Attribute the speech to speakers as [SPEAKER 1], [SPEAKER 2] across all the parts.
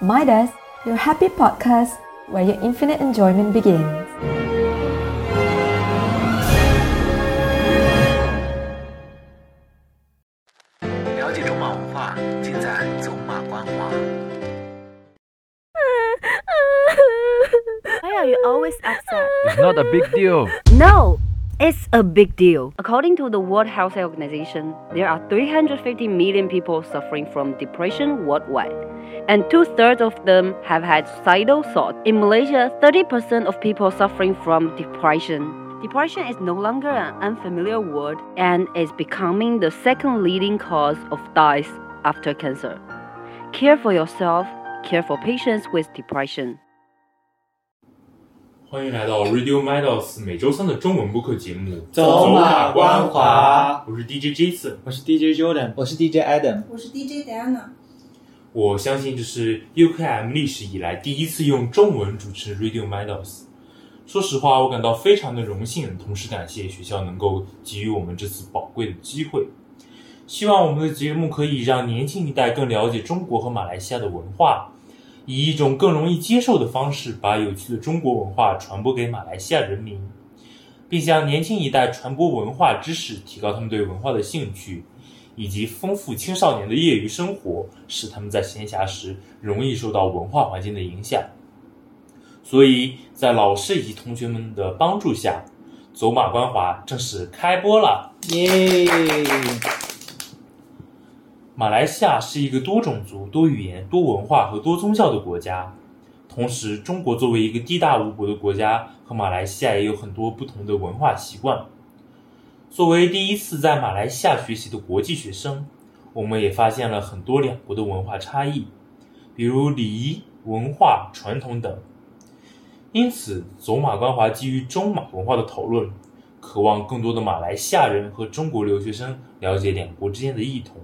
[SPEAKER 1] Midas, your happy podcast where your infinite enjoyment begins.
[SPEAKER 2] Why are you always upset?
[SPEAKER 3] It's not a big deal.
[SPEAKER 2] No, it's a big deal. According to the World Health Organization, there are 350 million people suffering from depression worldwide. And two thirds of them have had suicidal thoughts. In Malaysia, 30% of people suffering from depression. Depression is no longer an unfamiliar word and is becoming the second leading cause of death after cancer. Care for yourself, care for patients with depression.
[SPEAKER 4] 欢迎来到 Radio Midos 每周三的中文播客节目《
[SPEAKER 5] 走马观华》，
[SPEAKER 4] 我是 DJ Jason。
[SPEAKER 5] 我是 DJ Jordan，
[SPEAKER 6] 我是 DJ Adam，
[SPEAKER 7] 我是 DJ Diana，
[SPEAKER 4] 我相信这是 UKM 历史以来第一次用中文主持 Radio Midos。说实话，我感到非常的荣幸，同时感谢学校能够给予我们这次宝贵的机会。希望我们的节目可以让年轻一代更了解中国和马来西亚的文化，以一种更容易接受的方式，把有趣的中国文化传播给马来西亚人民，并向年轻一代传播文化知识，提高他们对文化的兴趣，以及丰富青少年的业余生活，使他们在闲暇时容易受到文化环境的影响。所以在老师以及同学们的帮助下，走马观华正式开播了。
[SPEAKER 6] 耶！
[SPEAKER 4] 马来西亚是一个多种族、多语言、多文化和多宗教的国家。同时，中国作为一个地大物博的国家，和马来西亚也有很多不同的文化习惯。作为第一次在马来西亚学习的国际学生，我们也发现了很多两国的文化差异，比如礼仪、文化、传统等。因此，走马观华基于中马文化的讨论，渴望更多的马来西亚人和中国留学生了解两国之间的异同。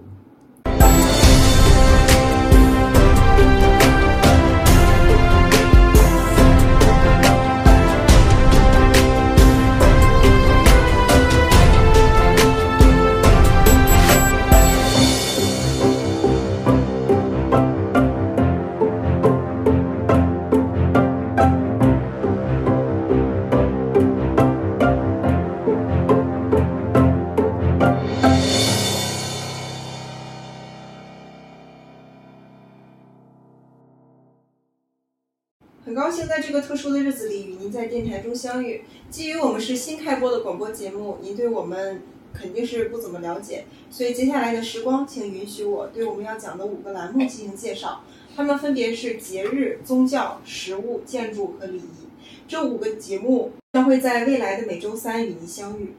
[SPEAKER 7] 很高兴在这个特殊的日子里与您在电台中相遇。基于我们是新开播的广播节目，您对我们肯定是不怎么了解，所以接下来的时光，请允许我对我们要讲的五个栏目进行介绍。它们分别是节日、宗教、食物、建筑和礼仪。这五个节目将会在未来的每周三与您相遇。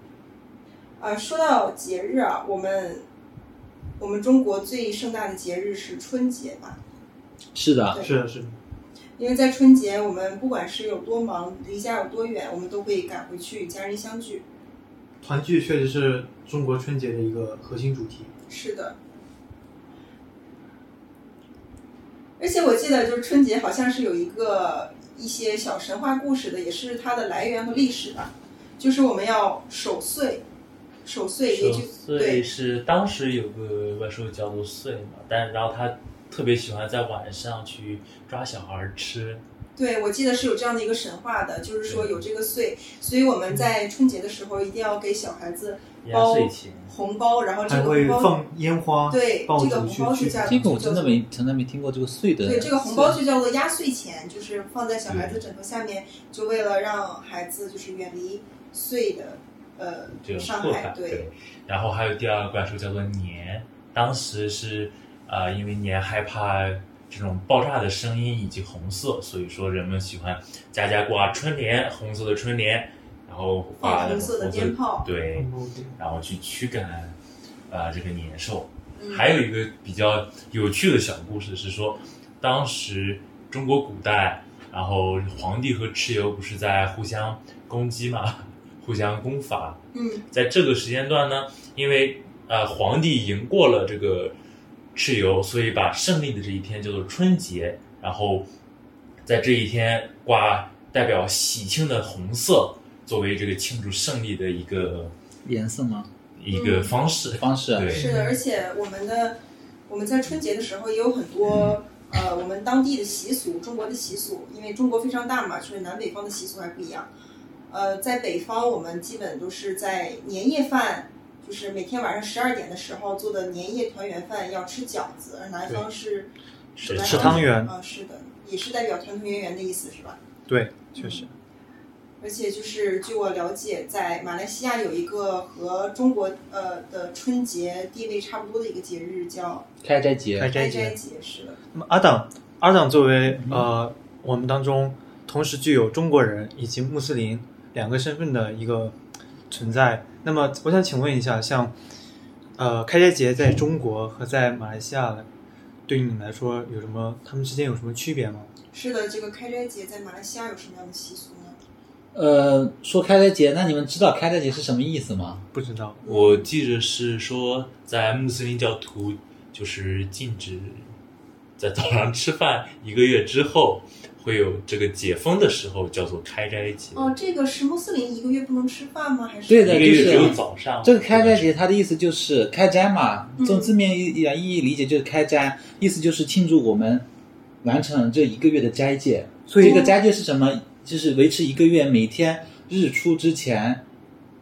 [SPEAKER 7] 呃，说到节日啊，我们我们中国最盛大的节日是春节吧？
[SPEAKER 6] 是的，
[SPEAKER 5] 是的，是的，
[SPEAKER 7] 因为在春节，我们不管是有多忙，离家有多远，我们都会赶回去与家人相聚。
[SPEAKER 5] 团聚确实是中国春节的一个核心主题。
[SPEAKER 7] 是的。而且我记得，就是春节好像是有一个一些小神话故事的，也是它的来源和历史吧。就是我们要守岁，守岁也就
[SPEAKER 8] 岁
[SPEAKER 7] 对
[SPEAKER 8] 是当时有个怪兽叫做岁嘛，但然后他特别喜欢在晚上去抓小孩儿吃，
[SPEAKER 7] 对，我记得是有这样的一个神话的，就是说有这个岁，所以我们在春节的时候一定要给小孩子
[SPEAKER 8] 压
[SPEAKER 7] 包
[SPEAKER 8] 岁钱。
[SPEAKER 7] 红包，然后这
[SPEAKER 5] 还
[SPEAKER 7] 个
[SPEAKER 5] 会
[SPEAKER 7] 红包
[SPEAKER 5] 放烟花，
[SPEAKER 7] 对
[SPEAKER 5] 爆
[SPEAKER 7] 这个
[SPEAKER 5] 竹
[SPEAKER 7] 红
[SPEAKER 5] 去
[SPEAKER 7] 包
[SPEAKER 5] 去
[SPEAKER 7] 是。叫
[SPEAKER 6] 这个我真的没从来没听过这个岁的。
[SPEAKER 7] 对，这个红包就叫做压岁钱，就是放在小孩子枕头下面，就为了让孩子就是远离碎的
[SPEAKER 8] 这
[SPEAKER 7] 呃
[SPEAKER 8] 个
[SPEAKER 7] 伤
[SPEAKER 8] 破
[SPEAKER 7] 害
[SPEAKER 8] 坏。
[SPEAKER 7] 对，
[SPEAKER 8] 然后还有第二个怪兽叫做年，当时是呃因为年害怕这种爆炸的声音以及红色，所以说人们喜欢家家挂春联，红色的春联，然后
[SPEAKER 7] 放
[SPEAKER 8] 发
[SPEAKER 7] 红色的鞭炮
[SPEAKER 8] 对，
[SPEAKER 5] 嗯对
[SPEAKER 8] 然后去驱赶呃这个年兽。
[SPEAKER 7] 嗯
[SPEAKER 8] 还有一个比较有趣的小故事是说，当时中国古代，然后皇帝和蚩尤不是在互相攻击嘛， 互相攻伐。
[SPEAKER 7] 嗯
[SPEAKER 8] 在这个时间段呢，因为呃皇帝赢过了这个蚩尤，所以把胜利的这一天叫做春节，然后在这一天挂代表喜庆的红色，作为这个庆祝胜利的一个
[SPEAKER 6] 颜色吗？
[SPEAKER 8] 一个
[SPEAKER 7] 嗯
[SPEAKER 8] 方式。
[SPEAKER 6] 方式啊，
[SPEAKER 8] 对
[SPEAKER 7] 是的，而且我们的我们在春节的时候也有很多呃我们当地的习俗，中国的习俗，因为中国非常大嘛，所以南北方的习俗还不一样。呃，在北方我们基本都是在年夜饭，就是每天晚上十二点的时候做的年夜团圆饭，要吃饺子，而南方是
[SPEAKER 8] 吃
[SPEAKER 7] 南方
[SPEAKER 5] 吃汤圆
[SPEAKER 7] 啊、是的，也是代表团团圆圆的意思，是吧？嗯
[SPEAKER 5] 对，确实，
[SPEAKER 7] 而且就是据我了解，在马来西亚有一个和中国呃的春节地位差不多的一个节日叫
[SPEAKER 6] 开斋节
[SPEAKER 5] 开斋
[SPEAKER 7] 斋
[SPEAKER 5] 节。
[SPEAKER 7] 节，是的，
[SPEAKER 5] 那么阿党，阿党作为呃我们当中同时具有中国人以及穆斯林两个身份的一个存在，那么我想请问一下，像呃开斋节在中国和在马来西亚，对于你们来说有什么？他们之间有什么区别吗？
[SPEAKER 7] 是的。这个开斋节在马来西亚有什么样的习俗呢？
[SPEAKER 6] 呃，说开斋节，那你们知道开斋节是什么意思吗？
[SPEAKER 5] 不知道。
[SPEAKER 8] 我记着是说，在穆斯林教徒就是禁止在早上吃饭，一个月之后会有这个解封的时候，叫做开斋节。
[SPEAKER 7] 哦，这个是穆斯林一个月不能吃饭吗？还是
[SPEAKER 6] 对
[SPEAKER 8] 一
[SPEAKER 6] 的
[SPEAKER 8] 个
[SPEAKER 6] 就
[SPEAKER 8] 月
[SPEAKER 6] 是
[SPEAKER 8] 只有早上。
[SPEAKER 6] 这个开斋节，它的意思就是开斋嘛，
[SPEAKER 7] 嗯
[SPEAKER 6] 从字面意意意义理解就是开斋，意思就是庆祝我们完成了这一个月的斋戒。
[SPEAKER 5] 所以
[SPEAKER 6] 这个斋戒是什么？就是维持一个月，每天日出之前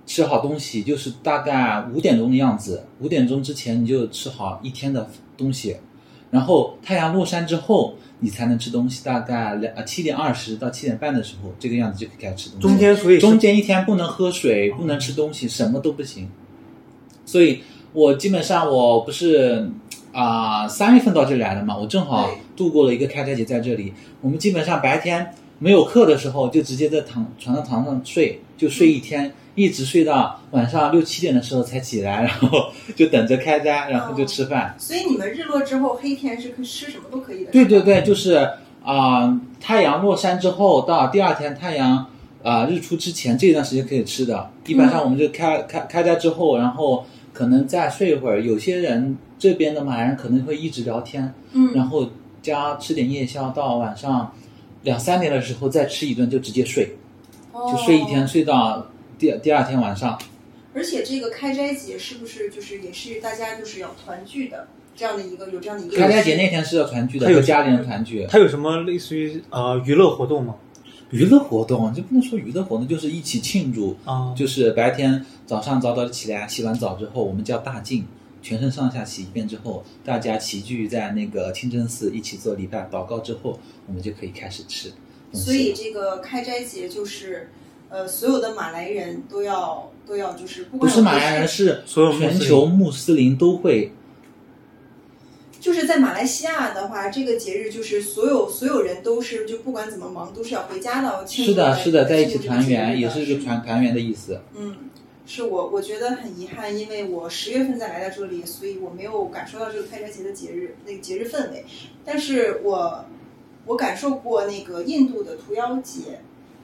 [SPEAKER 6] 吃好东西，就是大概五点钟的样子，五点钟之前你就吃好一天的东西，然后太阳落山之后你才能吃东西，大概两呃七点二十到七点半的时候，这个样子就可以开始吃东西。
[SPEAKER 5] 中间所以是
[SPEAKER 6] 中间一天不能喝水，不能吃东西，什么都不行。所以我基本上我不是啊三、月份到这里来的嘛，我正好
[SPEAKER 7] 对
[SPEAKER 6] 度过了一个开斋节在这里。我们基本上白天没有课的时候，就直接在躺床上躺上睡，就睡一天，一直睡到晚上六七点的时候才起来，然后就等着开斋，然后就吃饭。
[SPEAKER 7] 所以你们日落之后黑天是可以吃什么都可以的。
[SPEAKER 6] 对
[SPEAKER 7] 是吧
[SPEAKER 6] 对对，就是啊、太阳落山之后到第二天太阳啊、日出之前这段时间可以吃的，一般上我们就开、开开斋之后，然后可能再睡一会儿。有些人这边的马来人可能会一直聊天，然
[SPEAKER 7] 嗯，
[SPEAKER 6] 后加吃点夜宵，到晚上两三点的时候再吃一顿就直接睡，就睡一天
[SPEAKER 7] 哦。
[SPEAKER 6] 睡到第第二天晚上。
[SPEAKER 7] 而且这个开斋节是不是就是也是大家就是要团聚的这样的一个有这样的一个
[SPEAKER 6] 开斋节那天是要团聚的，
[SPEAKER 5] 还有
[SPEAKER 6] 和家里人团聚。
[SPEAKER 5] 它有什么类似于呃娱乐活动吗？
[SPEAKER 6] 娱乐活动就不能说娱乐活动，就是一起庆祝。
[SPEAKER 5] 啊、
[SPEAKER 6] 就是白天早上早早地起来，洗完澡之后，我们叫大净，全身上下洗一遍之后，大家齐聚在那个清真寺一起做礼拜、祷告之后，我们就可以开始吃东西。
[SPEAKER 7] 所以这个开斋节就是，呃，所有的马来人都要都要就是不
[SPEAKER 6] 不
[SPEAKER 7] 管
[SPEAKER 6] 是马来人，是
[SPEAKER 5] 所有穆斯林
[SPEAKER 6] 全球穆斯林都会。
[SPEAKER 7] 就是在马来西亚的话，这个节日就是所有所有人都是就不管怎么忙都是要回家的。庆祝
[SPEAKER 6] 是的，
[SPEAKER 7] 这
[SPEAKER 6] 是的，在一
[SPEAKER 7] 庆祝
[SPEAKER 6] 起
[SPEAKER 7] 这个
[SPEAKER 6] 团
[SPEAKER 7] 节日
[SPEAKER 6] 圆，
[SPEAKER 7] 的
[SPEAKER 6] 也是一个团团圆的意思。
[SPEAKER 7] 嗯，是我我觉得很遗憾，因为我十月份才来到这里，所以我没有感受到这个开斋节的节日那个节日氛围。但是我我感受过那个印度的屠妖节，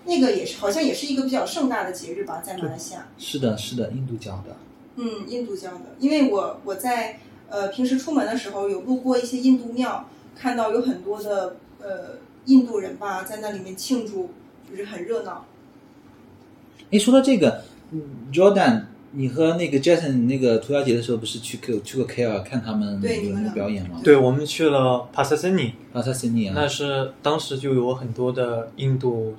[SPEAKER 7] 那个也是好像也是一个比较盛大的节日吧，在马来西亚。
[SPEAKER 6] 是的，是的，印度教的。
[SPEAKER 7] 嗯，印度教的，因为我我在呃平时出门的时候有路过一些印度庙，看到有很多的呃印度人吧，在那里面庆祝，就是很热闹。
[SPEAKER 6] 哎，说到这个嗯，Jordan，你和那个 Jason 那个屠妖节的时候，不是去过去过 KL 看他们
[SPEAKER 7] 对你
[SPEAKER 6] 有
[SPEAKER 7] 们
[SPEAKER 6] 那
[SPEAKER 7] 俩
[SPEAKER 6] 个表演吗？
[SPEAKER 5] 对，我们去了帕萨森尼，
[SPEAKER 6] 巴萨森尼啊，
[SPEAKER 5] 那是当时就有很多的印度，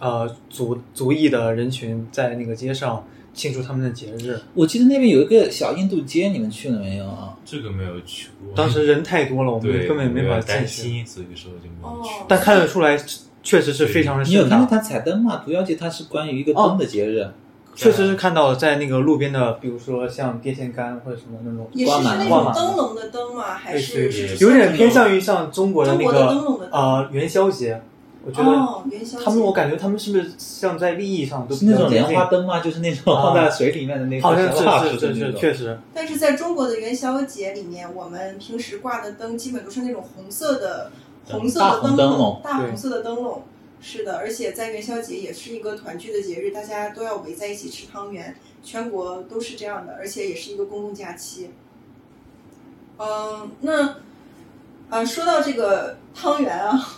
[SPEAKER 5] 呃族族裔的人群在那个街上庆祝他们的节日。
[SPEAKER 6] 我记得那边有一个小印度街，你们去了没有啊？
[SPEAKER 8] 这个没有去过，
[SPEAKER 5] 当时人太多了，我们
[SPEAKER 8] 对
[SPEAKER 5] 根本没
[SPEAKER 8] 我
[SPEAKER 5] 法
[SPEAKER 8] 有担
[SPEAKER 5] 进去。
[SPEAKER 8] 心，所以说就没有去。
[SPEAKER 7] 哦
[SPEAKER 5] 但看得出来，确实是非常的哦
[SPEAKER 6] 你有
[SPEAKER 5] 盛
[SPEAKER 6] 看到
[SPEAKER 5] 大。
[SPEAKER 6] 它彩灯吗？屠妖节它是关于一个灯的节日，
[SPEAKER 5] 确实是看到在那个路边的，比如说像电线杆或者什么那种，
[SPEAKER 7] 也是是
[SPEAKER 6] 挂满
[SPEAKER 7] 那
[SPEAKER 5] 挂
[SPEAKER 7] 种
[SPEAKER 5] 满
[SPEAKER 7] 灯笼的灯吗？还
[SPEAKER 5] 类似于
[SPEAKER 7] 是是
[SPEAKER 5] 有点偏向于像中国的那
[SPEAKER 7] 中国的灯笼
[SPEAKER 5] 个
[SPEAKER 7] 的
[SPEAKER 5] 呃元宵节。我觉
[SPEAKER 7] 哦
[SPEAKER 5] 得
[SPEAKER 7] 元宵节
[SPEAKER 5] 他们，我感觉他们是不是像在利益上都
[SPEAKER 6] 是
[SPEAKER 5] 比较
[SPEAKER 6] 那种
[SPEAKER 5] 接
[SPEAKER 6] 莲
[SPEAKER 5] 近
[SPEAKER 6] 花，灯吗？就是那种
[SPEAKER 5] 啊
[SPEAKER 6] 放在水里面的那种
[SPEAKER 5] 好像
[SPEAKER 6] 蜡
[SPEAKER 5] 是
[SPEAKER 6] 烛的那
[SPEAKER 5] 是是是，
[SPEAKER 6] 种哎
[SPEAKER 5] 确实。
[SPEAKER 7] 但是在中国的元宵节里面，我们平时挂的灯基本都是那种红色的红色
[SPEAKER 6] 大
[SPEAKER 7] 的灯
[SPEAKER 6] 红灯笼
[SPEAKER 7] 大
[SPEAKER 5] 对
[SPEAKER 7] 红色的灯笼。是的，而且在元宵节也是一个团聚的节日，大家都要围在一起吃汤圆，全国都是这样的，而且也是一个公共假期。嗯，那呃，说到这个汤圆啊，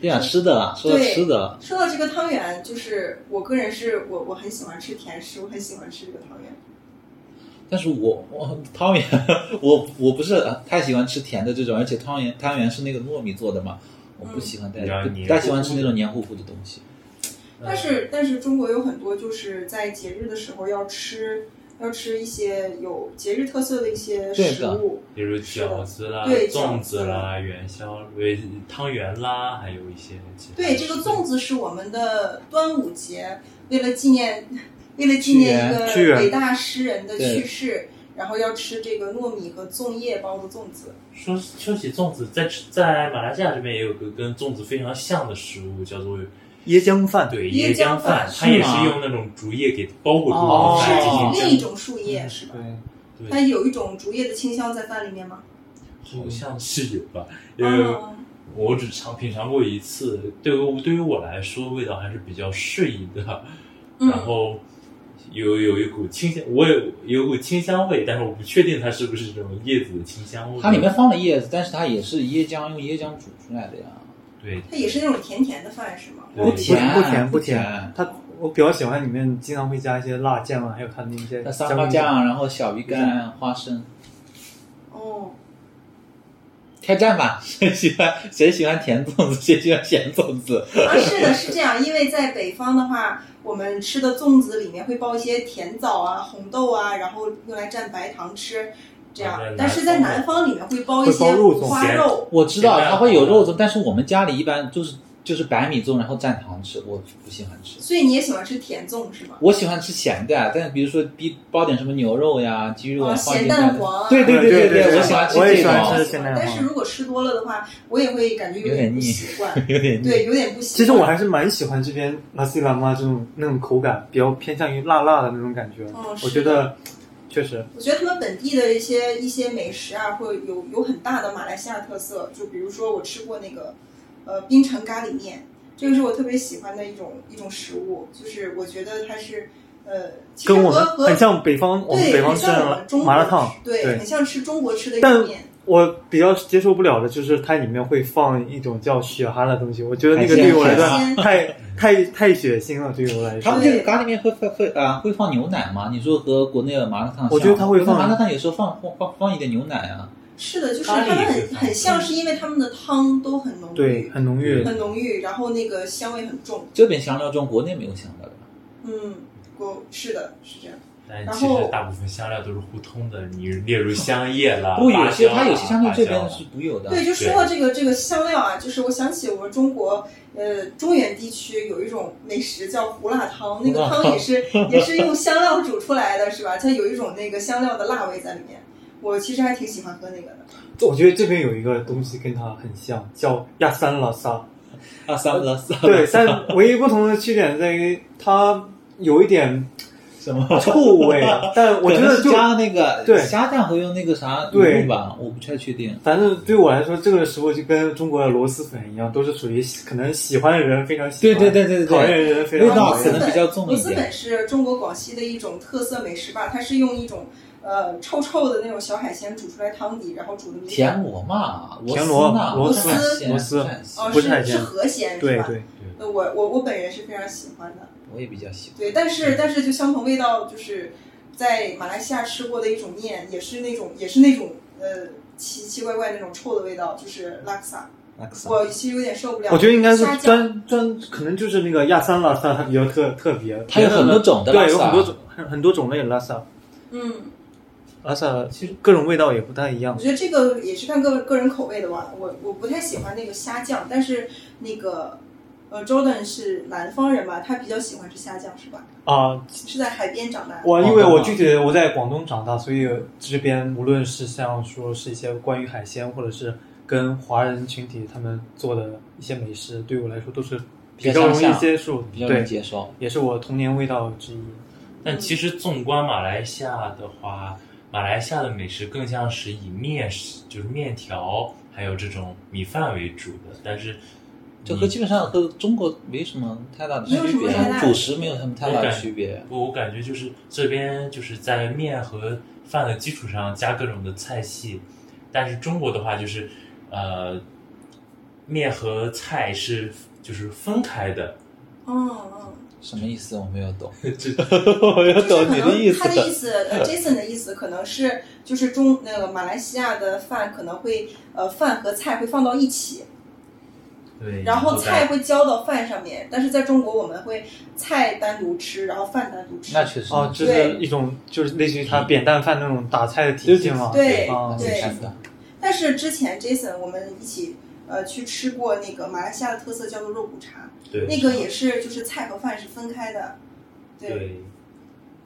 [SPEAKER 6] 对呀，吃的啦，说到吃的，
[SPEAKER 7] 说到这个汤圆，就是我个人是我我很喜欢吃甜食，我很喜欢吃这个汤圆。
[SPEAKER 6] 但是我我汤圆， 我我不是太喜欢吃甜的这种，而且汤圆汤圆是那个糯米做的嘛，我不喜欢太、
[SPEAKER 8] 嗯
[SPEAKER 6] 不太喜欢吃那种黏糊糊的东西。
[SPEAKER 7] 但是但是中国有很多就是在节日的时候要吃要吃一些有节日特色的一些
[SPEAKER 6] 对
[SPEAKER 7] 食
[SPEAKER 6] 的
[SPEAKER 7] 物，
[SPEAKER 8] 比如饺子啦、
[SPEAKER 7] 对
[SPEAKER 8] 粽
[SPEAKER 7] 饺子
[SPEAKER 8] 子啦、元宵、呃汤圆啦，还有一些其他
[SPEAKER 7] 对，这个粽子是我们的端午节，为了纪念，为了纪念一
[SPEAKER 5] 屈原
[SPEAKER 7] 个伟大诗人的
[SPEAKER 6] 对
[SPEAKER 7] 去世，然后要吃这个糯米和粽叶包的粽子。
[SPEAKER 8] 说说起粽子，在在马来西亚这边也有个跟粽子非常像的食物，叫做
[SPEAKER 5] 椰浆 饭，
[SPEAKER 8] 对
[SPEAKER 7] 椰
[SPEAKER 8] 椰浆
[SPEAKER 7] 浆饭
[SPEAKER 8] 饭，它也
[SPEAKER 6] 是
[SPEAKER 8] 是
[SPEAKER 6] 吗
[SPEAKER 8] 用那种竹叶给包裹住的饭进
[SPEAKER 6] 哦
[SPEAKER 8] 行
[SPEAKER 7] 是另一
[SPEAKER 8] 蒸，
[SPEAKER 7] 种树叶，是吧？
[SPEAKER 5] 对，
[SPEAKER 8] 对
[SPEAKER 7] 它有一种竹叶的清香在饭里面吗？
[SPEAKER 8] 好像是有吧？因为
[SPEAKER 7] 嗯，
[SPEAKER 8] 我只尝品尝过一次，对于对于我来说味道还是比较适宜 的，
[SPEAKER 7] 嗯
[SPEAKER 8] 然后。有有一股清香，我也有股清香味，但是我不确定它是不是这种叶子的清香味。
[SPEAKER 6] 它里面放了叶子，但是它也是椰浆用椰浆煮出来的呀。
[SPEAKER 8] 对
[SPEAKER 7] 它也是那种甜甜的饭，是吗？
[SPEAKER 8] 对
[SPEAKER 5] 不
[SPEAKER 6] 甜
[SPEAKER 5] 不甜
[SPEAKER 6] 不
[SPEAKER 5] 不
[SPEAKER 6] 甜
[SPEAKER 5] 甜，它我比较喜欢里面经常会加一些辣酱啊，还有它的那些
[SPEAKER 6] 那沙拉
[SPEAKER 5] 酱，
[SPEAKER 6] 酱，然啊后小鱼干、花生，
[SPEAKER 7] 哦，
[SPEAKER 6] 开战吧！谁 喜欢谁喜欢甜粽子， 谁喜欢咸粽子？
[SPEAKER 7] 啊，是的，是这样，因为在北方的话，我们吃的粽子里面会包一些甜枣啊、红豆啊，然后用来蘸白糖吃，这样
[SPEAKER 8] 啊在南。
[SPEAKER 7] 但是在南方里面会包一
[SPEAKER 5] 会
[SPEAKER 7] 些
[SPEAKER 5] 包肉粽
[SPEAKER 7] 五花肉，
[SPEAKER 6] 我知道它会有肉粽，但是我们家里一般就是就是白米粽，然后蘸糖吃，我不喜欢吃。
[SPEAKER 7] 所以你也喜欢吃甜粽是吗？
[SPEAKER 6] 我喜欢吃咸的，但比如说比包点什么牛肉呀、鸡肉啊、
[SPEAKER 7] 哦
[SPEAKER 6] 花
[SPEAKER 7] 咸
[SPEAKER 6] 鸡
[SPEAKER 7] 蛋
[SPEAKER 6] 蛋，
[SPEAKER 7] 黄啊
[SPEAKER 6] 对对
[SPEAKER 5] 对
[SPEAKER 6] 对，
[SPEAKER 5] 对
[SPEAKER 6] 我喜欢吃
[SPEAKER 5] 我也
[SPEAKER 6] 这
[SPEAKER 5] 喜欢
[SPEAKER 6] 种
[SPEAKER 5] 吃，
[SPEAKER 7] 喜欢
[SPEAKER 5] 咸蛋黄
[SPEAKER 7] 但是如果吃多了的话，我也会感觉
[SPEAKER 6] 有点
[SPEAKER 7] 点不
[SPEAKER 6] 腻
[SPEAKER 7] 习惯，
[SPEAKER 6] 有点腻。
[SPEAKER 7] 对，有点不习惯。
[SPEAKER 5] 其实我还是蛮喜欢这边拉西拉妈这种那种口感，比较偏向于辣辣的那种感觉。
[SPEAKER 7] 哦是
[SPEAKER 5] 我觉得确实，
[SPEAKER 7] 我觉得他们本地的一些一些美食啊，会有有很大的马来西亚特色。就比如说我吃过那个，呃，槟城咖喱面，这个是我特别喜欢的一种一种食物，就是我觉得它是，呃，其实
[SPEAKER 5] 跟我
[SPEAKER 7] 和
[SPEAKER 5] 们
[SPEAKER 7] 和
[SPEAKER 5] 很像北方，我们
[SPEAKER 7] 对，
[SPEAKER 5] 北方
[SPEAKER 7] 很
[SPEAKER 5] 吃
[SPEAKER 7] 像我
[SPEAKER 5] 的
[SPEAKER 7] 们中国
[SPEAKER 5] 麻辣烫，
[SPEAKER 7] 对，
[SPEAKER 5] 对
[SPEAKER 7] 很，像吃中国吃的意
[SPEAKER 5] 但
[SPEAKER 7] 面。
[SPEAKER 5] 我比较接受不了的就是它里面会放一种叫血哈的东西，我觉得那
[SPEAKER 6] 海
[SPEAKER 5] 个
[SPEAKER 6] 鲜
[SPEAKER 5] 对我来说
[SPEAKER 7] 海鲜
[SPEAKER 5] 太太太血腥了，对于我来
[SPEAKER 6] 他
[SPEAKER 5] 说
[SPEAKER 6] 们。这个咖喱面会会会啊、会放牛奶吗？你说和国内的麻辣烫像吗，
[SPEAKER 5] 我觉得它会放
[SPEAKER 6] 麻辣烫有时候放放放放一点牛奶啊。
[SPEAKER 7] 是的，就是
[SPEAKER 8] 咖
[SPEAKER 7] 他
[SPEAKER 8] 喱
[SPEAKER 7] 们
[SPEAKER 8] 也
[SPEAKER 7] 很
[SPEAKER 8] 是嗯
[SPEAKER 7] 很像，是因为他们的汤都很浓郁，
[SPEAKER 5] 对，很浓郁。
[SPEAKER 7] 很浓郁，然后那个香味很重。
[SPEAKER 6] 这边香料中国内没有香料的，
[SPEAKER 7] 嗯，我是的，是这样。
[SPEAKER 8] 但其实大部分香料都是互通的，你例如香叶啦，
[SPEAKER 6] 不过有些
[SPEAKER 5] 啊
[SPEAKER 8] 芭蕉啦
[SPEAKER 6] 它有些香料这边
[SPEAKER 8] 芭蕉
[SPEAKER 6] 是
[SPEAKER 8] 啦
[SPEAKER 6] 独有的。
[SPEAKER 7] 对，就说到这个这个香料啊，就是我想起我们中国呃中原地区有一种美食叫胡辣汤，那个汤也 是也是用香料煮出来的，是吧？它有一种那个香料的辣味在里面。我其实还挺喜欢喝那个的，
[SPEAKER 5] 我觉得这边有一个东西跟它很像，叫亚三拉萨。
[SPEAKER 6] 啊，三个三个
[SPEAKER 5] 对，但唯一不同的缺点在于它有一点
[SPEAKER 6] 什么？
[SPEAKER 5] 臭味，啊但我觉
[SPEAKER 6] 可能
[SPEAKER 5] 得
[SPEAKER 6] 是
[SPEAKER 5] 就
[SPEAKER 6] 加那个
[SPEAKER 5] 对
[SPEAKER 6] 虾蛋和用那个啥
[SPEAKER 5] 对
[SPEAKER 6] 卤吧，我不太确定。
[SPEAKER 5] 反正对我来说，这个食物就跟中国的螺蛳粉一样，都是属于喜可能喜欢的人非常喜
[SPEAKER 6] 对
[SPEAKER 5] 欢，
[SPEAKER 6] 对对对对
[SPEAKER 5] 讨厌
[SPEAKER 6] 对，
[SPEAKER 5] 的人非常
[SPEAKER 6] 味道
[SPEAKER 5] 讨
[SPEAKER 6] 可能
[SPEAKER 5] 厌。
[SPEAKER 6] 比较重
[SPEAKER 7] 螺
[SPEAKER 6] 一点
[SPEAKER 7] 蛳粉是中国广西的一种特色美食吧，它是用一种呃臭臭的那种小海鲜煮出来汤底，然后煮的米
[SPEAKER 6] 田螺嘛，螺
[SPEAKER 5] 田螺
[SPEAKER 6] 丝呐，
[SPEAKER 5] 螺
[SPEAKER 7] 丝
[SPEAKER 5] 螺
[SPEAKER 6] 螺
[SPEAKER 5] 丝
[SPEAKER 7] 哦，
[SPEAKER 5] 不是海
[SPEAKER 7] 是是
[SPEAKER 5] 鲜
[SPEAKER 7] 河鲜是
[SPEAKER 5] 对
[SPEAKER 7] 吧？
[SPEAKER 5] 对，
[SPEAKER 7] 呃我我我本人是非常喜欢的。
[SPEAKER 6] 我也比较喜欢。
[SPEAKER 7] 对，但是但是就相同味道，就是在马来西亚吃过的一种面，也是那种也是那种呃奇奇怪怪那种臭的味道，就是拉克萨，
[SPEAKER 6] 那个啥
[SPEAKER 7] 我其实有点受不了。
[SPEAKER 5] 我觉得应该是
[SPEAKER 7] 虾酱
[SPEAKER 5] 专专，可能就是那个亚三拉萨它比较特特别，
[SPEAKER 6] 它有很多种的拉
[SPEAKER 5] 对，
[SPEAKER 6] 萨
[SPEAKER 5] 有很多种很很多种类的拉萨，
[SPEAKER 7] 嗯，
[SPEAKER 5] 拉萨其实各种味道也不太一
[SPEAKER 7] 我
[SPEAKER 5] 样。
[SPEAKER 7] 觉得这个也是看个个人口味的吧。我我不太喜欢那个虾酱，但是那个呃，Jordan 是南方人嘛，他比较喜欢吃虾酱是吧？
[SPEAKER 5] 啊，
[SPEAKER 7] 是在海边长大的。
[SPEAKER 5] 我因为我具体我在广东长大，所以这边无论是像说是一些关于海鲜，或者是跟华人群体他们做的一些美食，对我来说都是比较容易接受，
[SPEAKER 6] 比较容易
[SPEAKER 5] 对，
[SPEAKER 6] 接受。
[SPEAKER 5] 也是我童年味道之一。
[SPEAKER 7] 嗯
[SPEAKER 8] 但其实纵观马来西亚的话，马来西亚的美食更像是以面食，就是面条还有这种米饭为主的，但是
[SPEAKER 6] 就和基本上和中国没什么太大的区
[SPEAKER 7] 没有什么
[SPEAKER 6] 别
[SPEAKER 7] 太大，的
[SPEAKER 6] 主食没有什么太大的区别。
[SPEAKER 8] 我我感觉就是这边就是在面和饭的基础上加各种的菜系，但是中国的话就是呃面和菜是就是分开的，
[SPEAKER 7] 嗯嗯，
[SPEAKER 6] 什么意思？我没有懂。
[SPEAKER 5] 我
[SPEAKER 7] 就
[SPEAKER 5] 要
[SPEAKER 7] 是
[SPEAKER 5] 懂
[SPEAKER 7] 可
[SPEAKER 5] 你的
[SPEAKER 7] 能
[SPEAKER 5] 意思
[SPEAKER 7] 他的意思， 呃，Jason 的意思可能是就是中那个马来西亚的饭可能会呃饭和菜会放到一起，
[SPEAKER 8] 对，
[SPEAKER 5] 嗯
[SPEAKER 7] 然后
[SPEAKER 8] 就在
[SPEAKER 7] 菜会浇到饭上面，但是在中国我们会菜单独吃，然后饭单独吃。
[SPEAKER 6] 那确实
[SPEAKER 5] 哦，这是一种就是类似于他扁担饭那种打菜的体系吗？
[SPEAKER 7] 对
[SPEAKER 5] 啊，
[SPEAKER 7] 对
[SPEAKER 6] 看的。
[SPEAKER 7] 但是之前 Jason 我们一起呃去吃过那个马来西亚的特色叫做肉骨茶，
[SPEAKER 8] 对
[SPEAKER 7] 那个也是就是菜和饭是分开的。对
[SPEAKER 8] 对，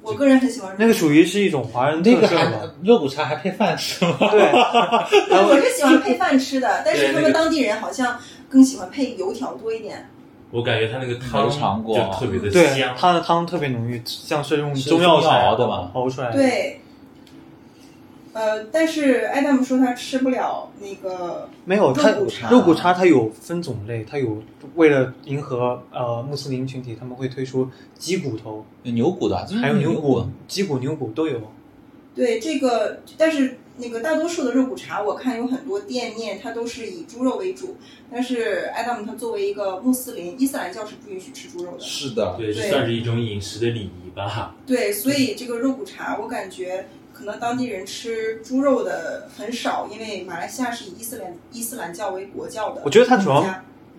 [SPEAKER 7] 我个人很喜欢
[SPEAKER 5] 那个属于是一种华人
[SPEAKER 6] 那
[SPEAKER 5] 特
[SPEAKER 6] 个
[SPEAKER 5] 色
[SPEAKER 6] 还
[SPEAKER 5] 吧？
[SPEAKER 6] 肉骨茶还配饭吃吗？
[SPEAKER 5] 对，然 后
[SPEAKER 7] 我是喜欢配饭吃的，但是
[SPEAKER 8] 对
[SPEAKER 7] 他
[SPEAKER 8] 那个
[SPEAKER 7] 们当地人好像更喜欢配油条多一点。
[SPEAKER 8] 我感觉它那个汤
[SPEAKER 6] 没尝过
[SPEAKER 8] 就特别的
[SPEAKER 5] 对
[SPEAKER 8] 香，
[SPEAKER 5] 它的汤特别浓郁，像是用
[SPEAKER 6] 是
[SPEAKER 5] 中药材
[SPEAKER 6] 中药熬的吧
[SPEAKER 5] 熬出来的。，
[SPEAKER 7] 对，呃，但是 Adam 说他吃不了那个，
[SPEAKER 5] 没有它
[SPEAKER 7] 肉骨茶
[SPEAKER 5] 肉骨茶它有分种类，它有为了迎合呃穆斯林群体，他们会推出鸡骨头，
[SPEAKER 6] 有牛骨的，就是
[SPEAKER 5] 还有嗯牛
[SPEAKER 6] 牛
[SPEAKER 5] 骨、鸡骨、牛骨都有。
[SPEAKER 7] 对这个，但是那个大多数的肉骨茶，我看有很多店面它都是以猪肉为主，但是 Adam 他作为一个穆斯林，伊斯兰教是不允许吃猪肉的。
[SPEAKER 6] 是的，
[SPEAKER 8] 对，这
[SPEAKER 7] 对
[SPEAKER 8] 算是一种饮食的礼仪吧。
[SPEAKER 7] 对，所以这个肉骨茶，我感觉可能当地人吃猪肉的很少，因为马来西亚是以伊斯兰伊斯兰教为国教的国家。
[SPEAKER 5] 我觉得它主要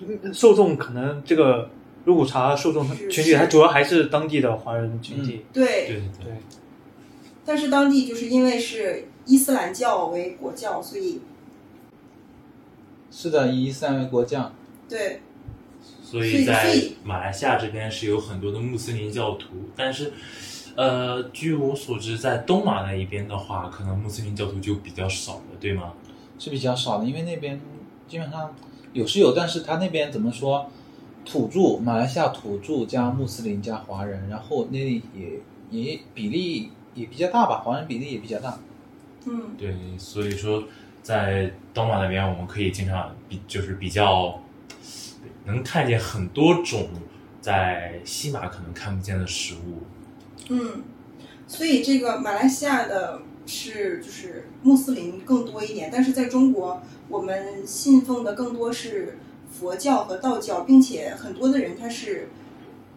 [SPEAKER 5] 嗯受众可能这个肉骨茶受众
[SPEAKER 7] 是
[SPEAKER 5] 群体，
[SPEAKER 7] 是
[SPEAKER 5] 它主要还是嗯当地的华人群体。
[SPEAKER 7] 对
[SPEAKER 8] 对对对
[SPEAKER 5] 对，
[SPEAKER 7] 但是当地就是因为是伊斯兰教为国教，所以
[SPEAKER 6] 是的，以伊斯兰为国教。
[SPEAKER 7] 对
[SPEAKER 8] 所
[SPEAKER 7] 所以
[SPEAKER 8] 以在
[SPEAKER 7] 所以
[SPEAKER 8] 马来西亚这边是有很多的穆斯林教徒，但是，呃，据我所知，在东马那一边的话，可能穆斯林教徒就比较少了，对吗？
[SPEAKER 6] 是比较少的，因为那边基本上有是有，但是他那边怎么说，土著马来西亚土著加穆斯林加华人，然后那里也也比例也比较大吧，华人比例也比较大。
[SPEAKER 7] 嗯，
[SPEAKER 8] 对，所以说在东马那边，我们可以经常比，就是比较能看见很多种在西马可能看不见的食物。
[SPEAKER 7] 嗯，所以这个马来西亚的是就是穆斯林更多一点，但是在中国，我们信奉的更多是佛教和道教，并且很多的人他是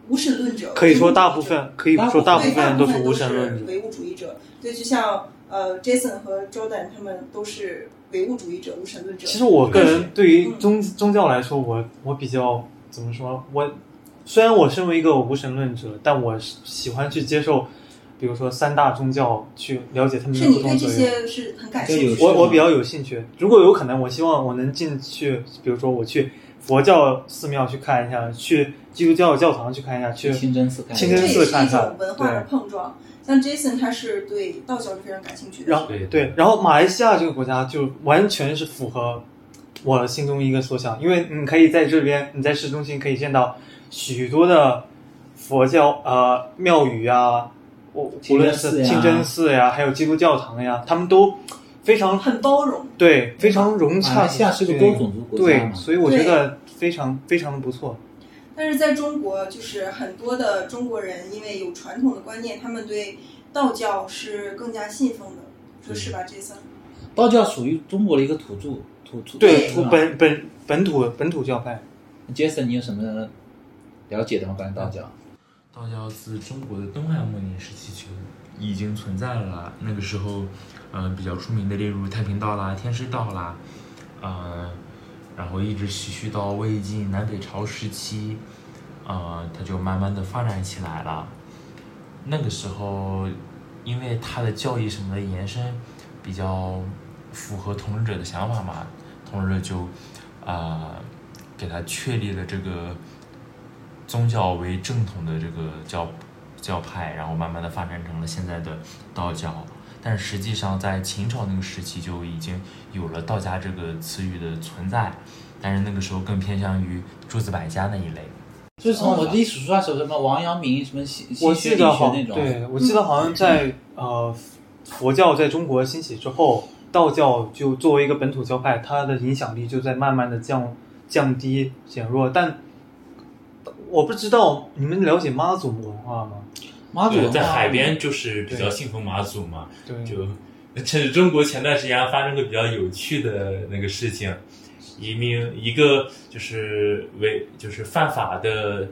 [SPEAKER 7] 无神论者，
[SPEAKER 5] 可以说大部分，可以说大部
[SPEAKER 7] 对
[SPEAKER 5] 分人
[SPEAKER 7] 都
[SPEAKER 5] 都是无神论者。
[SPEAKER 7] 唯物主义者。对，就像呃，Jason 和 Jordan 他们都是唯物主义者、无神论者。
[SPEAKER 5] 其实我个人对于宗宗教来说，我我比较怎么说？我虽然我身为一个无神论者，但我是喜欢去接受，比如说三大宗教去了解他们
[SPEAKER 7] 是
[SPEAKER 5] 的
[SPEAKER 7] 你
[SPEAKER 5] 不
[SPEAKER 7] 对
[SPEAKER 5] 同
[SPEAKER 7] 这
[SPEAKER 5] 作用。
[SPEAKER 7] 些是很感
[SPEAKER 6] 就
[SPEAKER 7] 兴
[SPEAKER 6] 有
[SPEAKER 7] 趣的
[SPEAKER 5] 我
[SPEAKER 7] 吗。
[SPEAKER 5] 我比较有兴趣，如果有可能，我希望我能进去，比如说我去佛教寺庙去看一下，去基督教教堂去看一下，去
[SPEAKER 6] 清真寺看一下
[SPEAKER 5] 清
[SPEAKER 7] 这
[SPEAKER 5] 真
[SPEAKER 7] 也
[SPEAKER 5] 寺
[SPEAKER 7] 是一
[SPEAKER 5] 看看
[SPEAKER 7] 种文化的碰撞。像 Jason 他是对道教是非常感兴趣的，
[SPEAKER 5] 然后
[SPEAKER 8] 对
[SPEAKER 5] 对，然后马来西亚这个国家就完全是符合我心中一个所想，因为你可以在这边，你在市中心可以见到许多的佛教呃庙宇啊，我无
[SPEAKER 6] 清
[SPEAKER 5] 论
[SPEAKER 6] 真寺呀
[SPEAKER 5] 是清真寺呀、还有基督教堂呀，他们都非常
[SPEAKER 7] 很包容。
[SPEAKER 5] 对非常融洽。
[SPEAKER 6] 马来西亚是个多种族国家
[SPEAKER 5] 对，
[SPEAKER 6] 嘛，
[SPEAKER 5] 所以我觉得非常非常的不错。
[SPEAKER 7] 但是在中国，就是很多的中国人因为有传统的观念，他们对道教是更加信奉的，说是
[SPEAKER 8] 嗯
[SPEAKER 7] 吧，Jason？
[SPEAKER 6] 道教属于中国的一个土著土土
[SPEAKER 5] 对，
[SPEAKER 6] 土
[SPEAKER 5] 土本本本土本土教派，
[SPEAKER 6] Jason，你有什么了解的吗？关于道教？
[SPEAKER 5] 嗯
[SPEAKER 8] 道教自中国的东汉末年时期就已经存在了啦。那个时候，呃，比较出名的例如太平道啦、天师道啦，呃，然后一直持续到魏晋南北朝时期，呃，它就慢慢的发展起来了。那个时候，因为它的教义什么的延伸比较符合统治者的想法嘛，统治者就啊、呃给他确立了这个宗教为正统的这个教教派，然后慢慢的发展成了现在的道教。但是实际上，在秦朝那个时期就已经有了道家这个词语的存在，但是那个时候更偏向于诸子百家那一类。
[SPEAKER 6] 就是从我历史书上啊什么什么王阳明什么西
[SPEAKER 5] 我
[SPEAKER 6] 西学
[SPEAKER 5] 记
[SPEAKER 6] 理
[SPEAKER 5] 得
[SPEAKER 6] 学
[SPEAKER 5] 好，
[SPEAKER 6] 那种，嗯
[SPEAKER 5] 对我记得好像在呃佛教在中国兴起之后，道教就作为一个本土教派，它的影响力就在慢慢的降降低减弱。但我不知道你们了解妈祖文化吗？
[SPEAKER 6] 妈祖文化
[SPEAKER 8] 在海
[SPEAKER 6] 嗯
[SPEAKER 8] 边就是比较信奉妈祖嘛，
[SPEAKER 5] 对，
[SPEAKER 8] 就这是中国前段时间发生个比较有趣的那个事情，移民一个就是违就是犯法的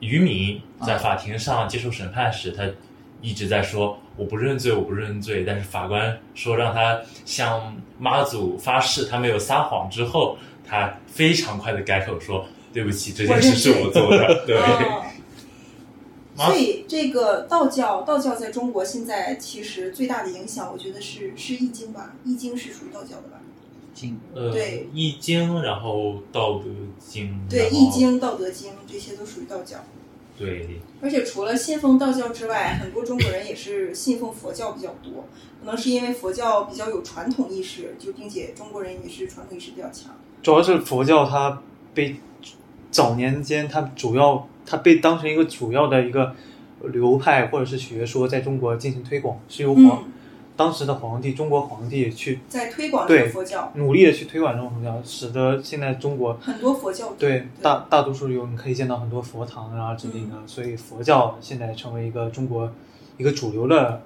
[SPEAKER 8] 渔民在法庭上接受审判时，他一直在说“我不认罪，我不认罪”，但是法官说让他向妈祖发誓他没有撒谎之后，他非常快的改口说：“对不起，这件事是我做的。”对，
[SPEAKER 7] 哦所以这个道教，道教在中国现在其实最大的影响，我觉得是是易经吧，易经是属于道教的吧？
[SPEAKER 6] 经
[SPEAKER 8] 呃，
[SPEAKER 7] 对
[SPEAKER 8] 易经，然后道德经，
[SPEAKER 7] 对，
[SPEAKER 8] 然后
[SPEAKER 7] 易经、道德经这些都属于道教。
[SPEAKER 8] 对，
[SPEAKER 7] 而且除了信奉道教之外，很多中国人也是信奉佛教比较多，可能是因为佛教比较有传统意识，就并且中国人也是传统意识比较强。
[SPEAKER 5] 主要是佛教它被早年间它主要它被当成一个主要的一个流派或者是学说，在中国进行推广，是由皇、
[SPEAKER 7] 嗯，
[SPEAKER 5] 当时的皇帝中国皇帝去
[SPEAKER 7] 在推广这个
[SPEAKER 5] 对
[SPEAKER 7] 佛教，
[SPEAKER 5] 努力的去推广这种佛教，使得现在中国
[SPEAKER 7] 很多佛教徒
[SPEAKER 5] 对大大多数有你可以见到很多佛堂啊之类的，
[SPEAKER 7] 嗯
[SPEAKER 5] 所以佛教现在成为一个中国一个主流的，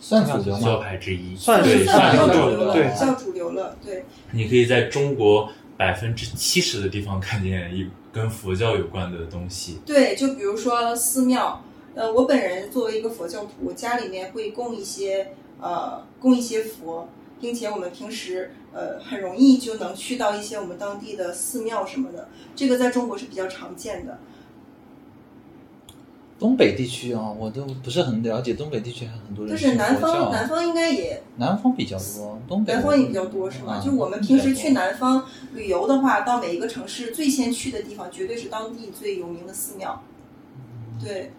[SPEAKER 6] 算主流
[SPEAKER 8] 教
[SPEAKER 6] 吗？
[SPEAKER 8] 派之一，
[SPEAKER 5] 算
[SPEAKER 8] 对
[SPEAKER 5] 是
[SPEAKER 7] 算
[SPEAKER 8] 算
[SPEAKER 7] 比较
[SPEAKER 8] 是
[SPEAKER 7] 主
[SPEAKER 5] 主
[SPEAKER 7] 流
[SPEAKER 5] 流
[SPEAKER 7] 了，
[SPEAKER 5] 的对
[SPEAKER 7] 比较主流了，对，
[SPEAKER 8] 你可以在中国百分之七十的地方看见一跟佛教有关的东西。
[SPEAKER 7] 对，就比如说寺庙，呃，我本人作为一个佛教徒，我家里面会供一些呃供一些佛，并且我们平时呃很容易就能去到一些我们当地的寺庙什么的，这个在中国是比较常见的。
[SPEAKER 6] 东北地区啊，我都不是很了解。东北地区还很多
[SPEAKER 7] 但
[SPEAKER 6] 人嗯信
[SPEAKER 7] 是
[SPEAKER 6] 佛
[SPEAKER 7] 南
[SPEAKER 6] 教啊
[SPEAKER 7] 方南方应该也
[SPEAKER 6] 南方比较多，东北
[SPEAKER 7] 南方也比较多是吗？
[SPEAKER 6] 啊
[SPEAKER 7] 就我们平时去
[SPEAKER 6] 比较多
[SPEAKER 7] 南方旅游的话，到每一个城市最先去的地方，绝对是当地最有名的寺庙。
[SPEAKER 6] 嗯
[SPEAKER 7] 对。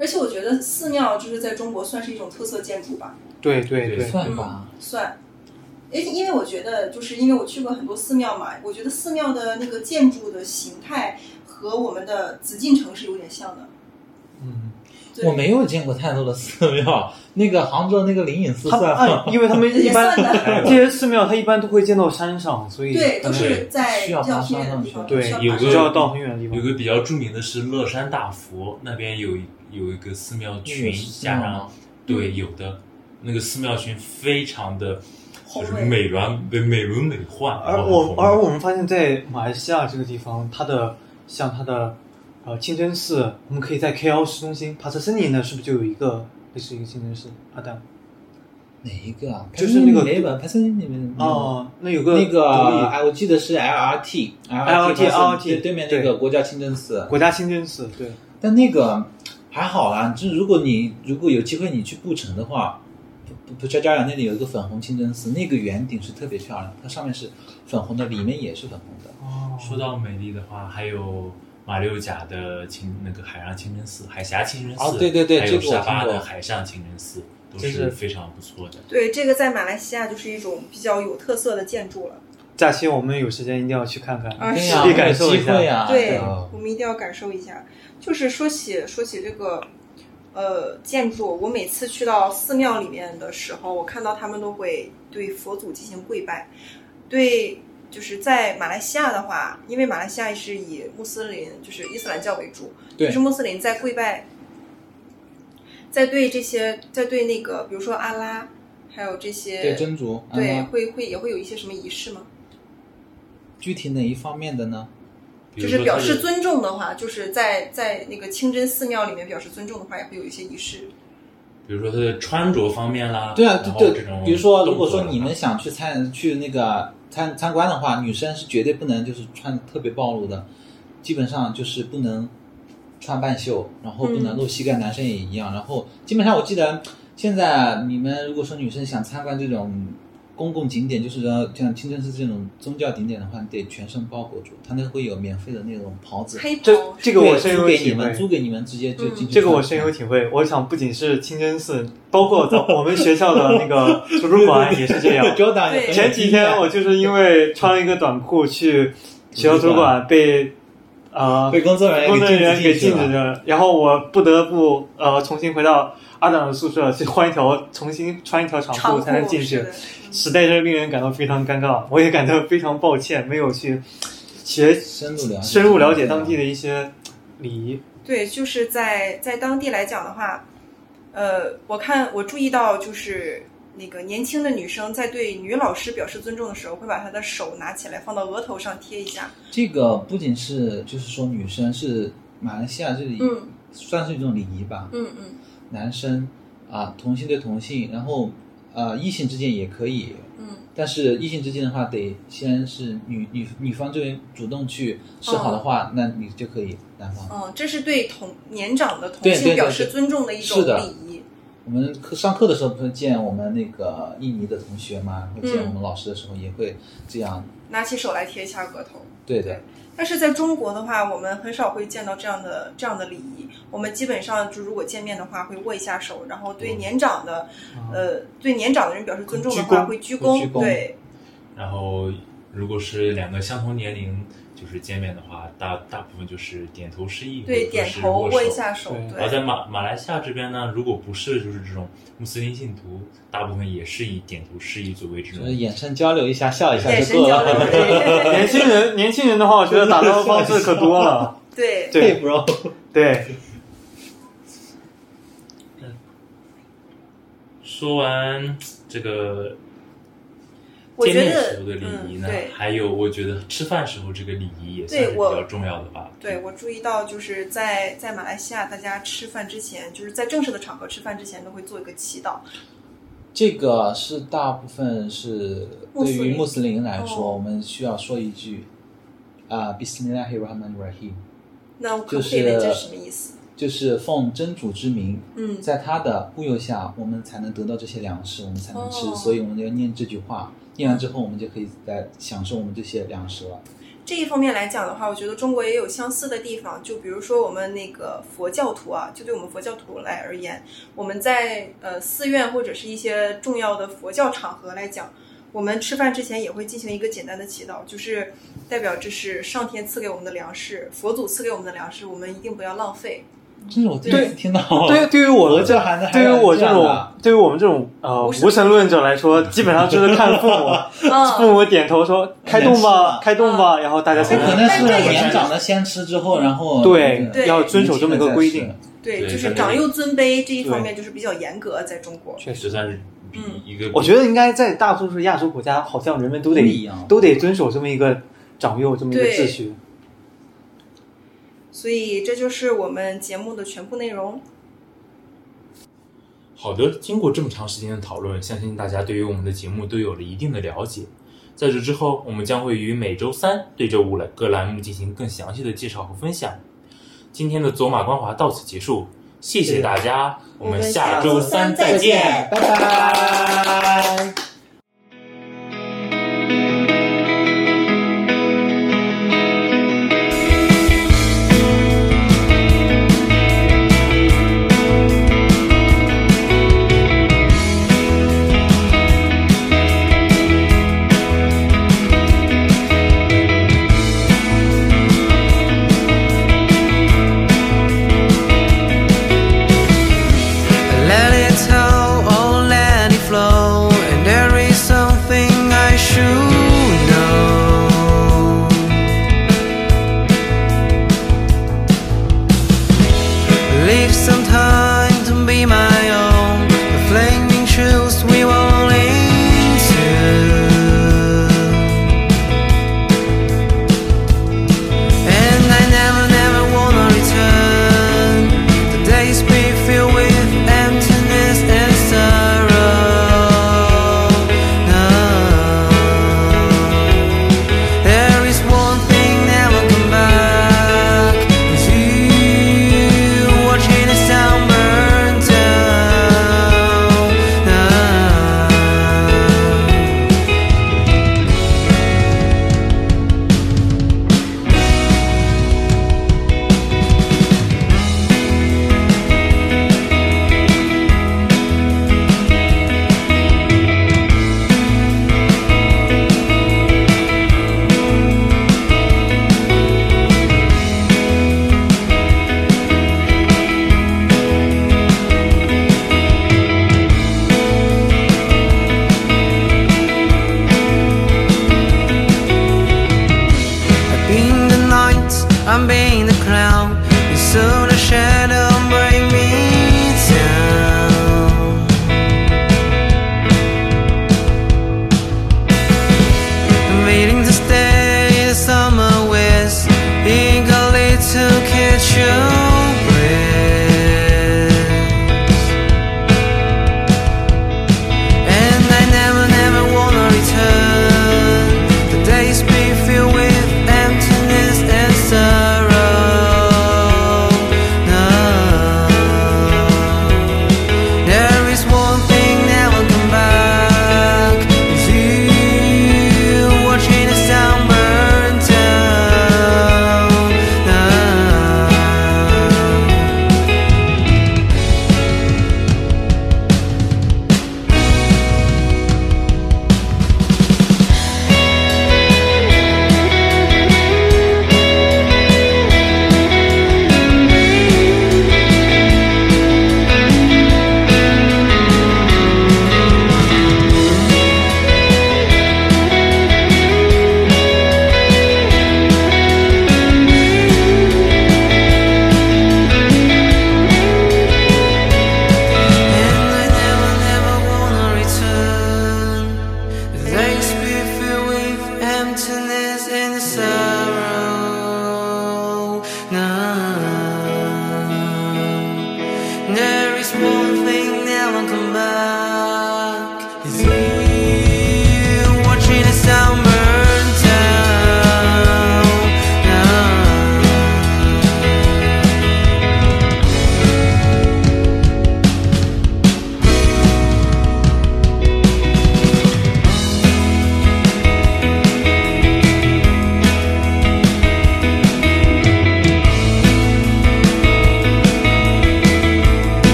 [SPEAKER 7] 而且我觉得寺庙就是在中国算是一种特色建筑吧，
[SPEAKER 5] 对对对，
[SPEAKER 6] 算吧，
[SPEAKER 7] 算。而且因为我觉得，就是因为我去过很多寺庙嘛，我觉得寺庙的那个建筑的形态和我们的紫禁城是有点像的。
[SPEAKER 5] 嗯，
[SPEAKER 7] 对
[SPEAKER 6] 我没有见过太多的 寺庙。那个杭州那个灵隐寺
[SPEAKER 5] 他们
[SPEAKER 6] 算吗？
[SPEAKER 5] 按因为他们一
[SPEAKER 7] 也
[SPEAKER 5] 般
[SPEAKER 7] 算的，
[SPEAKER 5] 这些寺庙，它一般都会建到山上，所以
[SPEAKER 7] 对，都
[SPEAKER 5] 可能
[SPEAKER 7] 是在比
[SPEAKER 6] 需要
[SPEAKER 7] 较
[SPEAKER 6] 爬
[SPEAKER 7] 偏远的
[SPEAKER 6] 山
[SPEAKER 7] 地方，
[SPEAKER 5] 对
[SPEAKER 7] 需要
[SPEAKER 8] 有
[SPEAKER 7] 爬
[SPEAKER 8] 个
[SPEAKER 7] 山
[SPEAKER 5] 就要到很远的地方。
[SPEAKER 8] 有个比较著名的是乐山大佛，那边有一有一个寺庙群，加上对有的那个寺庙群非常的就是
[SPEAKER 7] 宏伟
[SPEAKER 8] 美轮美美轮美奂，
[SPEAKER 5] 而
[SPEAKER 8] 然后
[SPEAKER 5] 我
[SPEAKER 8] 很宏伟
[SPEAKER 5] 而我们发现，在马来西亚这个地方，它的像它的呃清真寺，我们可以在 KL 市中心帕特森尼那是不是就有一个类似于一个清真寺？阿蛋
[SPEAKER 6] 哪一个啊？
[SPEAKER 5] 就是那个
[SPEAKER 6] 没吧？排山里面
[SPEAKER 5] 哦，那有个
[SPEAKER 6] 那个
[SPEAKER 5] 独立
[SPEAKER 6] 哎，我记得是 LRT
[SPEAKER 5] LRT
[SPEAKER 6] 对对面那个国家清真寺，
[SPEAKER 5] 国家清真寺，对，
[SPEAKER 6] 但那个还好啦。就是如果你如果有机会你去布城的话，布布加加尔那里有一个粉红清真寺，那个圆顶是特别漂亮，它上面是粉红的，里面也是粉红的。
[SPEAKER 5] 哦
[SPEAKER 8] 说到美丽的话，还有马六甲的清那个海上清真寺、海峡清真寺，
[SPEAKER 6] 哦对对对
[SPEAKER 8] 还
[SPEAKER 6] 这
[SPEAKER 8] 有
[SPEAKER 6] 个我
[SPEAKER 8] 沙巴
[SPEAKER 6] 听过
[SPEAKER 8] 的海上清真寺都
[SPEAKER 5] 就是
[SPEAKER 8] 是非常不错的。
[SPEAKER 7] 对，这个在马来西亚就是一种比较有特色的建筑了。
[SPEAKER 5] 假期我们有时间一定要去看看，
[SPEAKER 7] 啊
[SPEAKER 6] 对
[SPEAKER 7] 是
[SPEAKER 6] 呀、
[SPEAKER 5] 可以感受
[SPEAKER 6] 有
[SPEAKER 5] 一
[SPEAKER 6] 机
[SPEAKER 5] 下。
[SPEAKER 6] 会呀、
[SPEAKER 7] 对
[SPEAKER 6] 啊，
[SPEAKER 7] 我们一定要感受一下。就是说起说起这个，呃，建筑，我每次去到寺庙里面的时候，我看到他们都会对佛祖进行跪拜。对，就是在马来西亚的话，因为马来西亚是以穆斯林，就是伊斯兰教为主，
[SPEAKER 6] 对
[SPEAKER 7] 就是穆斯林在跪拜，在对这些，在对那个，比如说阿拉，还有这些，
[SPEAKER 6] 对真主，
[SPEAKER 7] 对
[SPEAKER 6] 嗯啊
[SPEAKER 7] 会会也会有一些什么仪式吗？
[SPEAKER 6] 具体哪一方面的呢？
[SPEAKER 8] 比
[SPEAKER 7] 就
[SPEAKER 8] 如
[SPEAKER 7] 是
[SPEAKER 8] 说
[SPEAKER 7] 表
[SPEAKER 8] 它
[SPEAKER 7] 示尊重的话，就是在在那个清真寺庙里面表示尊重的话，也会有一些仪式。
[SPEAKER 8] 比如说它的穿着方面啦，
[SPEAKER 6] 对啊，
[SPEAKER 8] 然后
[SPEAKER 6] 对
[SPEAKER 8] 这种
[SPEAKER 6] 对，比如说，如
[SPEAKER 8] 动
[SPEAKER 6] 果
[SPEAKER 8] 作
[SPEAKER 6] 说
[SPEAKER 8] 啦
[SPEAKER 6] 你们想去参去那个参参观的话，女生是绝对不能就是穿得特别暴露的，基本上就是不能穿半袖，然后不能露膝盖，
[SPEAKER 7] 嗯
[SPEAKER 6] 男生也一样。然后基本上我记得现在你们如果说女生想参观这种公共景点，就是说像清真寺这种宗教景点的话，你得全身包裹住，它那会有免费的那种袍子，
[SPEAKER 7] 黑
[SPEAKER 5] 这
[SPEAKER 7] 袍，
[SPEAKER 5] 这个我
[SPEAKER 6] 对
[SPEAKER 5] 深
[SPEAKER 6] 租
[SPEAKER 5] 有
[SPEAKER 6] 给你
[SPEAKER 5] 体
[SPEAKER 6] 们，租
[SPEAKER 5] 会。
[SPEAKER 6] 给你们直接就
[SPEAKER 7] 嗯
[SPEAKER 6] 进去。
[SPEAKER 5] 这个我深有体会，我想不仅是清真寺，包括在我们学校的那个图书馆也是 这样。
[SPEAKER 6] Jordan
[SPEAKER 7] 对
[SPEAKER 6] 也很有
[SPEAKER 5] 前几
[SPEAKER 6] 经验
[SPEAKER 5] 天我就是因为穿了一个短裤去学校图书馆被呃
[SPEAKER 6] 被工作人
[SPEAKER 5] 工作人员
[SPEAKER 6] 员
[SPEAKER 5] 给
[SPEAKER 6] 禁
[SPEAKER 5] 禁止了，然后我不得不呃重新回到阿党的宿舍去换一条重新穿一条长
[SPEAKER 7] 长
[SPEAKER 5] 裤
[SPEAKER 7] 裤
[SPEAKER 5] 才能进
[SPEAKER 7] 是
[SPEAKER 5] 去
[SPEAKER 7] 的，
[SPEAKER 5] 实在是令人感到非常尴尬，我也感到非常抱歉，没有去学
[SPEAKER 6] 深入了解，
[SPEAKER 5] 深入了解当地的一些礼仪。
[SPEAKER 7] 对，就是在在当地来讲的话，呃，我看我注意到就是那个年轻的女生在对女老师表示尊重的时候，会把她的手拿起来放到额头上贴一下。
[SPEAKER 6] 这个不仅是就是说女生是马来西亚这里、
[SPEAKER 7] 嗯
[SPEAKER 6] 算是一种礼仪吧，
[SPEAKER 7] 嗯嗯
[SPEAKER 6] 男生啊同性对同性，然后啊异性之间也可以，
[SPEAKER 7] 嗯
[SPEAKER 6] 但是异性之间的话，得先是女女女方这边主动去示好的
[SPEAKER 7] 哦
[SPEAKER 6] 话，那你就可以男方。
[SPEAKER 7] 嗯，这是对同年长的同
[SPEAKER 6] 对对
[SPEAKER 7] 性
[SPEAKER 6] 对
[SPEAKER 7] 表
[SPEAKER 6] 对
[SPEAKER 7] 示尊重的一种
[SPEAKER 6] 是的
[SPEAKER 7] 礼仪。
[SPEAKER 6] 我们课上课的时候不是见我们那个印尼的同学嘛，会见
[SPEAKER 7] 嗯
[SPEAKER 6] 我们老师的时候也会这样，
[SPEAKER 7] 拿起手来贴一下额头。
[SPEAKER 6] 对的，
[SPEAKER 7] 但是在中国的话，我们很少会见到这样的这样的礼仪。我们基本上就如果见面的话，会握一下手，然后对年长的，呃，对年长的人表示尊重的话，会
[SPEAKER 5] 鞠
[SPEAKER 7] 鞠
[SPEAKER 5] 躬
[SPEAKER 7] 躬。
[SPEAKER 5] 会鞠躬
[SPEAKER 7] 对，
[SPEAKER 8] 然后如果是两个相同年龄就是见面的话，大大部分就是点头示意，
[SPEAKER 7] 对，
[SPEAKER 8] 或者
[SPEAKER 7] 点
[SPEAKER 8] 是
[SPEAKER 7] 头
[SPEAKER 8] 握
[SPEAKER 7] 握一
[SPEAKER 8] 手
[SPEAKER 7] 下手
[SPEAKER 5] 对，
[SPEAKER 8] 而
[SPEAKER 7] 对，
[SPEAKER 8] 在马马来西亚这边呢，如果不是就是这种穆斯林信徒，大部分也是以点头示意作为这
[SPEAKER 6] 就
[SPEAKER 8] 种
[SPEAKER 6] 是眼神交流一下，笑一下
[SPEAKER 7] 眼
[SPEAKER 6] 就
[SPEAKER 7] 神
[SPEAKER 6] 够
[SPEAKER 7] 交流，
[SPEAKER 6] 了。
[SPEAKER 7] 对
[SPEAKER 5] 年轻人，年轻人的话，我觉得打招呼方式可多 了。
[SPEAKER 7] 对，
[SPEAKER 5] 对
[SPEAKER 6] bro，
[SPEAKER 5] 对，
[SPEAKER 8] 说完这个
[SPEAKER 7] 我
[SPEAKER 8] 见
[SPEAKER 7] 觉
[SPEAKER 8] 面
[SPEAKER 7] 得
[SPEAKER 8] 时候的礼仪呢，
[SPEAKER 7] 嗯对
[SPEAKER 8] 还有我觉得吃饭时候这个礼仪也算
[SPEAKER 7] 对
[SPEAKER 8] 是比
[SPEAKER 7] 我
[SPEAKER 8] 较重要的吧。
[SPEAKER 7] 对，我注意到，就是在在马来西亚，大家吃饭之前，就是在正式的场合吃饭之前，都会做一个祈祷。
[SPEAKER 6] 这个是大部分是
[SPEAKER 7] 穆
[SPEAKER 6] 对
[SPEAKER 7] 斯林
[SPEAKER 6] 于穆斯林来说，
[SPEAKER 7] 哦
[SPEAKER 6] 我们需要说一句啊，Bismillahirrahmanirrahim，
[SPEAKER 7] 那我可
[SPEAKER 6] 就
[SPEAKER 7] 不可以问这
[SPEAKER 6] 是
[SPEAKER 7] 是什么意思？
[SPEAKER 6] 就是奉真主之名，
[SPEAKER 7] 嗯
[SPEAKER 6] 在他的护佑下，我们才能得到这些粮食，我们才能吃，
[SPEAKER 7] 哦
[SPEAKER 6] 所以我们要念这句话。念完之后，我们就可以来享受我们这些粮食了。
[SPEAKER 7] 这一方面来讲的话，我觉得中国也有相似的地方。就比如说我们那个佛教徒啊，就对我们佛教徒来而言，我们在呃寺院或者是一些重要的佛教场合来讲，我们吃饭之前也会进行一个简单的祈祷，就是代表这是上天赐给我们的粮食，佛祖赐给我们的粮食，我们一定不要浪费。
[SPEAKER 6] 这是我第一次听到。
[SPEAKER 5] 对，对于我
[SPEAKER 6] 佛
[SPEAKER 5] 们这
[SPEAKER 6] 教还能还
[SPEAKER 5] 对于
[SPEAKER 6] 有
[SPEAKER 5] 我
[SPEAKER 6] 这
[SPEAKER 5] 这
[SPEAKER 6] 样的
[SPEAKER 5] 种
[SPEAKER 6] 啊，
[SPEAKER 5] 对于我们这种呃
[SPEAKER 7] 无神
[SPEAKER 5] 无神论者来说，基本上就是看父母，父
[SPEAKER 7] 嗯，
[SPEAKER 5] 母点头说开动吧， 开动吧，然后大家才
[SPEAKER 6] 这可能是
[SPEAKER 7] 但这也
[SPEAKER 6] 年长的先吃之后，然后
[SPEAKER 5] 对
[SPEAKER 7] 对
[SPEAKER 5] 要遵守这么一个规定。
[SPEAKER 7] 对，
[SPEAKER 8] 对
[SPEAKER 7] 就是
[SPEAKER 8] 反正
[SPEAKER 7] 长幼尊卑这一
[SPEAKER 5] 对
[SPEAKER 7] 方面就是比较严格，在中国。
[SPEAKER 5] 确
[SPEAKER 8] 这
[SPEAKER 5] 实，
[SPEAKER 8] 算是比
[SPEAKER 7] 嗯
[SPEAKER 8] 一个，
[SPEAKER 5] 我觉得应该在大多数亚洲国家，好像人们都得
[SPEAKER 6] 不一样
[SPEAKER 5] 都得遵守这么一个长幼这么一个
[SPEAKER 7] 对
[SPEAKER 5] 秩序。
[SPEAKER 7] 所以这就是我们节目的全部内容。
[SPEAKER 8] 好的，经过这么长时间的讨论，相信大家对于我们的节目都有了一定的了解。在这之后，我们将会于每周三对这五个栏目进行更详细的介绍和分享。今天的走马观华到此结束，谢谢大家，我们下周三再见。
[SPEAKER 6] 拜拜。
[SPEAKER 3] Let it go, oh let it flow. And there is something I should know. Leave some time to be my own. The flaming shoes we roll into. And I never, never wanna return. The days be filled with emptiness and sorrow. No. There is one thing never come back. It's you watching the sun burn down. No. I'm being